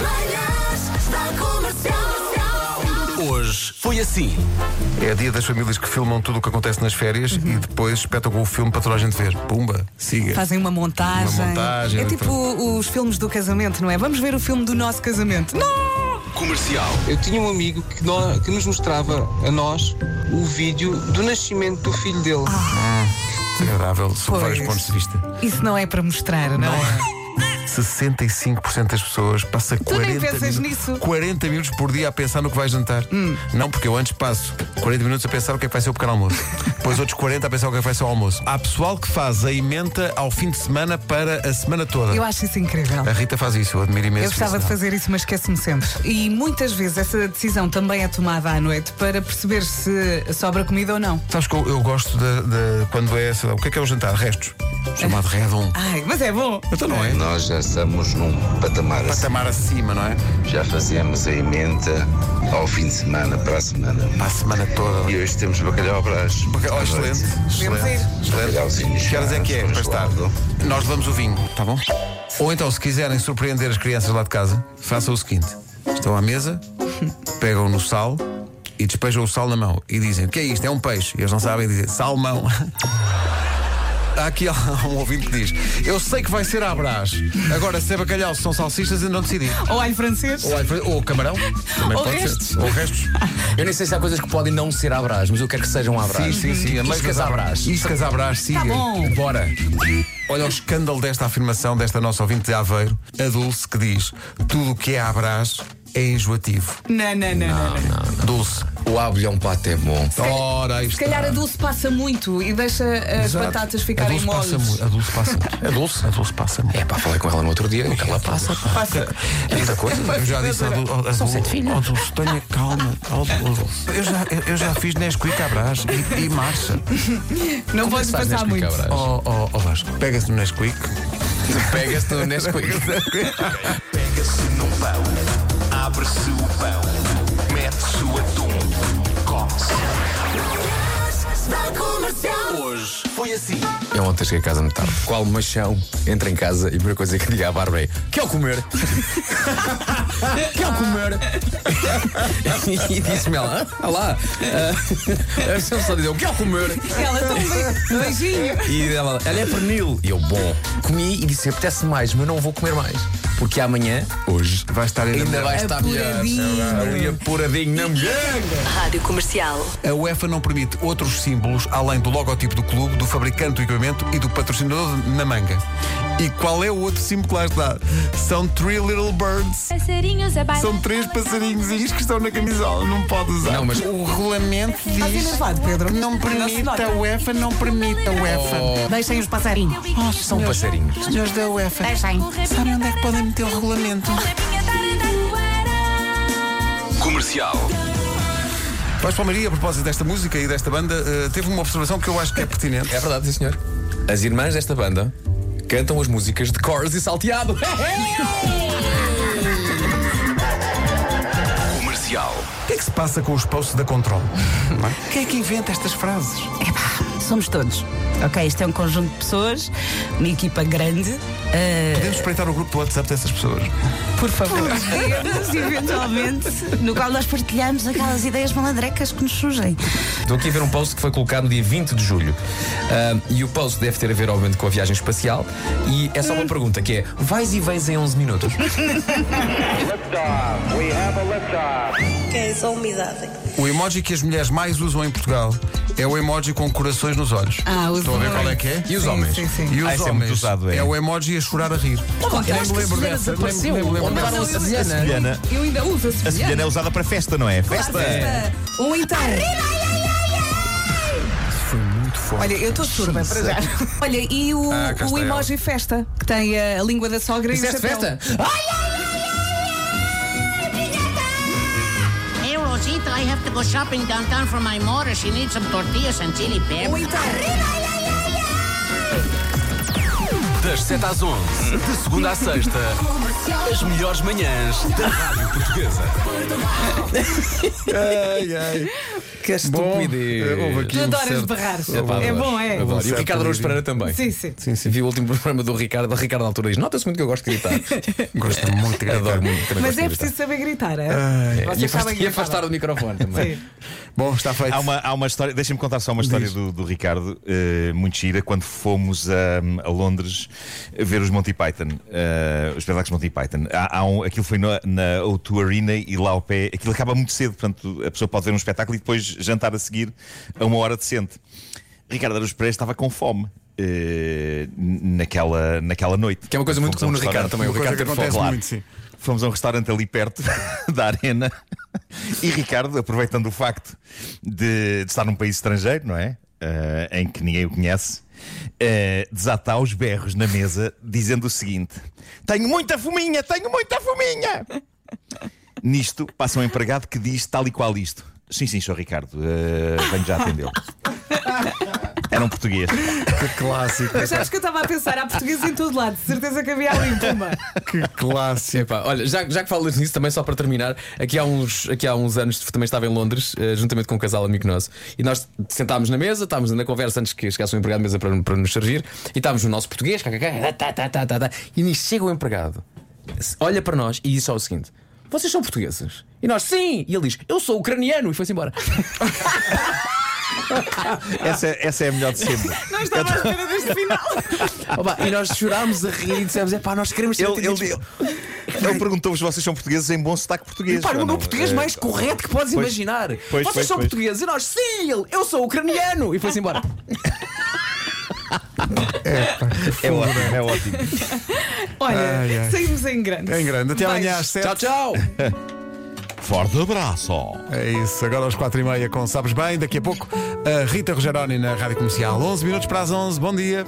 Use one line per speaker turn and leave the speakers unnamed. Manhãs da Comercial.
Hoje foi assim.
É dia das famílias que filmam tudo o que acontece nas férias
Uhum.
e depois espetam com o filme para toda a gente ver. Pumba, siga.
Fazem uma montagem.
Uma montagem,
é tipo os filmes do casamento, não é? Vamos ver o filme do nosso casamento. Não!
Comercial.
Eu tinha um amigo que, nó- que nos mostrava a nós o vídeo do nascimento do filho dele.
Desagradável, sob vários
Pois.
pontos de vista.
Isso não é para mostrar, não, é?
65% das pessoas passa
nem
40,
pensas
minu-
nisso. Hum.
40 minutos por dia a pensar no que vai jantar. Não, porque eu antes passo 40 minutos a pensar o que é que vai ser o pequeno almoço. Depois outros 40 a pensar o que é que vai ser o almoço. Há pessoal que faz a emenda ao fim de semana para a semana toda.
Eu acho isso incrível.
A Rita faz isso, eu admiro imenso.
Eu gostava de
isso, não.
fazer isso, mas esqueço-me sempre. E muitas vezes essa decisão também é tomada à noite para perceber se sobra comida ou não.
Sabes que eu, eu gosto de, de- quando é, sei lá, o que é que é o jantar? Restos. Chamado redon.
Ai, mas é bom.
Então não é?
Nós já estamos num patamar assim.
Patamar acima, não é?
Já fazemos a emenda ao fim de semana, para a semana.
Para a semana toda.
E hoje temos bacalhau à brás.
Oh,
À noite.
excelente.
Podemos
Excelente.
ir.
excelente.
Bacalhauzinhos.
Que horas é que é?
com
Para estar.
gelado.
Nós levamos o vinho, tá bom? Ou então, se quiserem surpreender as crianças lá de casa, façam o seguinte: estão à mesa, pegam no sal e despejam o sal na mão e dizem: O que é isto? É um peixe. E eles não sabem dizer: Salmão. Há aqui um ouvinte que diz: Eu sei que vai ser à brás. Agora, se é bacalhau, se são salsichas, ainda não decidi.
Ou alho francês.
Ou, alho- ou camarão. Também
Ou
pode
restos.
ser. Ou restos.
Eu nem sei se há coisas que podem não ser à brás, mas eu quero que sejam à brás.
Sim, sim, sim. é
Iscas à brás.
Iscas à brás, siga.
Tá bom.
Bora.
Olha o escândalo desta afirmação desta nossa ouvinte de Aveiro, a Dulce, que diz: tudo o que é à brás é enjoativo.
Não, não, não, não. não.
Dulce.
O abelhão pato é bom.
Ora, aí
Se
está.
calhar a Dulce passa muito e deixa as
Exato.
batatas ficarem
a Dulce
moles.
passa muito. A Dulce passa muito. A Dulce, a Dulce passa muito.
É pá, falei com ela no outro dia. o que Ela passa. pá.
É muita coisa. Eu já disse à Dulce. ao- à Dulce, oh, Dulce, tenha calma. Oh, Dulce. Eu já, eu, eu já fiz Nesquik à brás e, e marcha. é
Não podes
Sabes
passar
Nesquik
muito.
à brás?
Oh, oh, oh, Vasco. Pega-se no Nesquik.
Pega-se no Nesquik.
Pega-se num pão, abre-se o pão, mete-se o atum, come-se.
Manhãs da Comercial.
Hoje foi assim. Eu ontem cheguei a casa muito tarde. Qual machão entra em casa e a primeira coisa que diga à Bárbara é: Quer comer? Quer comer? e disse-me ela: "Ah, Olá. Uh, Deixa-me só dizer: "Eu Quero comer?
Ela também. Beijinho.
E ela, ela é pernil. E eu, bom, comi e disse: apetece mais, mas não vou comer mais. Porque amanhã, hoje,
Vai estar ainda.
ainda vai estar melhor.
É
É
Apuradinho.
Ali apuradinho na mulher.
Rádio Comercial.
A UEFA não permite outros símbolos além do logotipo do clube, do fabricante do equipamento e do patrocinador na manga. E qual é o outro símbolo que lá está? São Three Little Birds.
Passarinhos a bailar.
São três passarinhozinhos que estão na camisola, não pode usar.
Não, mas-
o regulamento
Estás enervado, Pedro?
não
se nota.
permite, a UEFA não permite, a UEFA.
Deixem os passarinhos.
São passarinhos.
Senhores da UEFA,
Deixem.
sabem onde é que podem meter o regulamento?
Comercial.
Vais para a Maria, a propósito desta música e desta banda, eh, teve uma observação que eu acho que é pertinente.
É verdade, sim, senhor. As irmãs desta banda cantam as músicas de Cores e Salteado.
Comercial.
O que é que se passa com os posts da Control? Não é? Quem é que inventa estas frases?
Somos todos. Ok, isto é um conjunto de pessoas, uma equipa grande. eh,
Podemos espreitar o grupo do WhatsApp dessas pessoas.
por favor, dedos, eventualmente, no qual nós partilhamos aquelas ideias malandrecas que nos surgem.
Estou aqui a ver um post que foi colocado no dia 20 de julho. Ahm, e o post deve ter a ver, obviamente, com a viagem espacial. E é só uma pergunta que é: vais e vens em 11 minutos?
É só umidade.
O emoji que as mulheres mais usam em Portugal é o emoji com corações nos olhos.
Ah, os
Estão a ver
dois.
qual é que é?
E os
Sim,
homens?
sim, sim.
E os
Ah, isso é muito usado, é.
o emoji a chorar a rir.
Eu acho que a senhora
dessa, nem me-
desapareceu.
nem me lembro
Onde
dessa.
levaram a Sevilhana?
Sevilhana.
Eu ainda uso a
A
sevilhana.
sevilhana é usada para festa, não é? Festa!
Ou então. Olha, eu estou surda para já. Olha, e o,
Ah, cá
o
está
emoji festa, que tem a, a língua da sogra e o
Disseste
chapéu.
festa?
Hey Rosita, I have to go shopping downtown for my mother. She needs some tortillas and chili
Ou então.
Das 7 às 11, de segunda à sexta, as melhores manhãs da Rádio Portuguesa.
Ai, ai.
Que estupidez.
Bom, eh, houve aqui
Tu
um
adoras
certo-
barrar.
Epá,
É
adoro,
bom, é.
adoro. E o
certo
Ricardo Araújo Pereira
alívio.
também.
Sim, sim.
Vi o último programa do Ricardo. O Ricardo, na altura, diz: Nota-se muito que eu gosto de gritar.
Gosto muito de gritar.
Adoro muito. também
Mas
gosto
é
de gritar.
preciso saber gritar, é?
É,
Vocês
E
sabem
afast- e
gritar.
afastar o microfone também.
Sim.
Bom, está feito.
Há uma, há uma história, deixa-me contar só uma história do, do Ricardo, eh, muito gira, quando fomos a, a Londres ver os Monty Python, eh, os espetáculos Monty Python. Há, há um, aquilo foi no- na O2 Arena e lá ao pé, aquilo acaba muito cedo, portanto a pessoa pode ver um espetáculo e depois jantar a seguir a uma hora decente. Ricardo Araújo Pereira estava com fome. eh, naquela, naquela noite.
Que é uma coisa muito
Fomos a um
comum no Ricardo
restaurante-
também. O
Uma coisa
Ricardo
que
ter fome.
acontece
claro.
muito, sim.
Fomos a um restaurante ali perto da arena. E Ricardo, aproveitando o facto de, de estar num país estrangeiro, não é? Ah, em que ninguém o conhece, ah, desata aos berros na mesa, dizendo o seguinte: Tenho muita fominha, tenho muita fominha! Nisto passa um empregado que diz tal e qual isto. Sim, sim, sou Ricardo, ah, venho já atendê-lo. Era um português.
Que clássico.
Mas é- sabes que eu estava a pensar, há português em todo lado, de certeza que havia ali, um puma.
Que clássico.
Epá, olha, já, já que falas nisso, também só para terminar, aqui há uns, aqui há uns anos também estava em Londres, eh, juntamente com um casal amigo nosso, e nós sentámos na mesa, estávamos na conversa antes que chegasse o empregado de mesa para, para nos servir, e estávamos no nosso português, kkk, tá, tá, tá, tá, tá, e nisso chega o empregado, olha para nós e diz só o seguinte: Vocês são portugueses? E nós, sim! E ele diz: Eu sou ucraniano! E foi-se embora.
Essa, essa é a melhor de sempre.
Não estava à espera deste final.
Opa, e nós chorámos a rir e dissemos: É pá, nós queremos ser.
Ele, ele,
atendidos."
ele, perguntou-vos se vocês são portugueses em bom sotaque português.
Pá,
ou
no
não?
meu português
Eh,
mais correto que podes
pois,
imaginar.
pois,
Vocês
pois,
são
pois.
portugueses e nós, sim, ele, eu sou ucraniano. E foi-se embora.
É ótimo, é ótimo.
Olha,
Ai, ai.
saímos em grande.
Em grande. Até amanhã às
Beijos.
7.
Tchau, tchau.
Forte abraço.
É isso, agora às 4h30 com Sabes Bem, daqui a pouco a Rita Rogeroni na Rádio Comercial. 11 minutos para as 11, bom dia.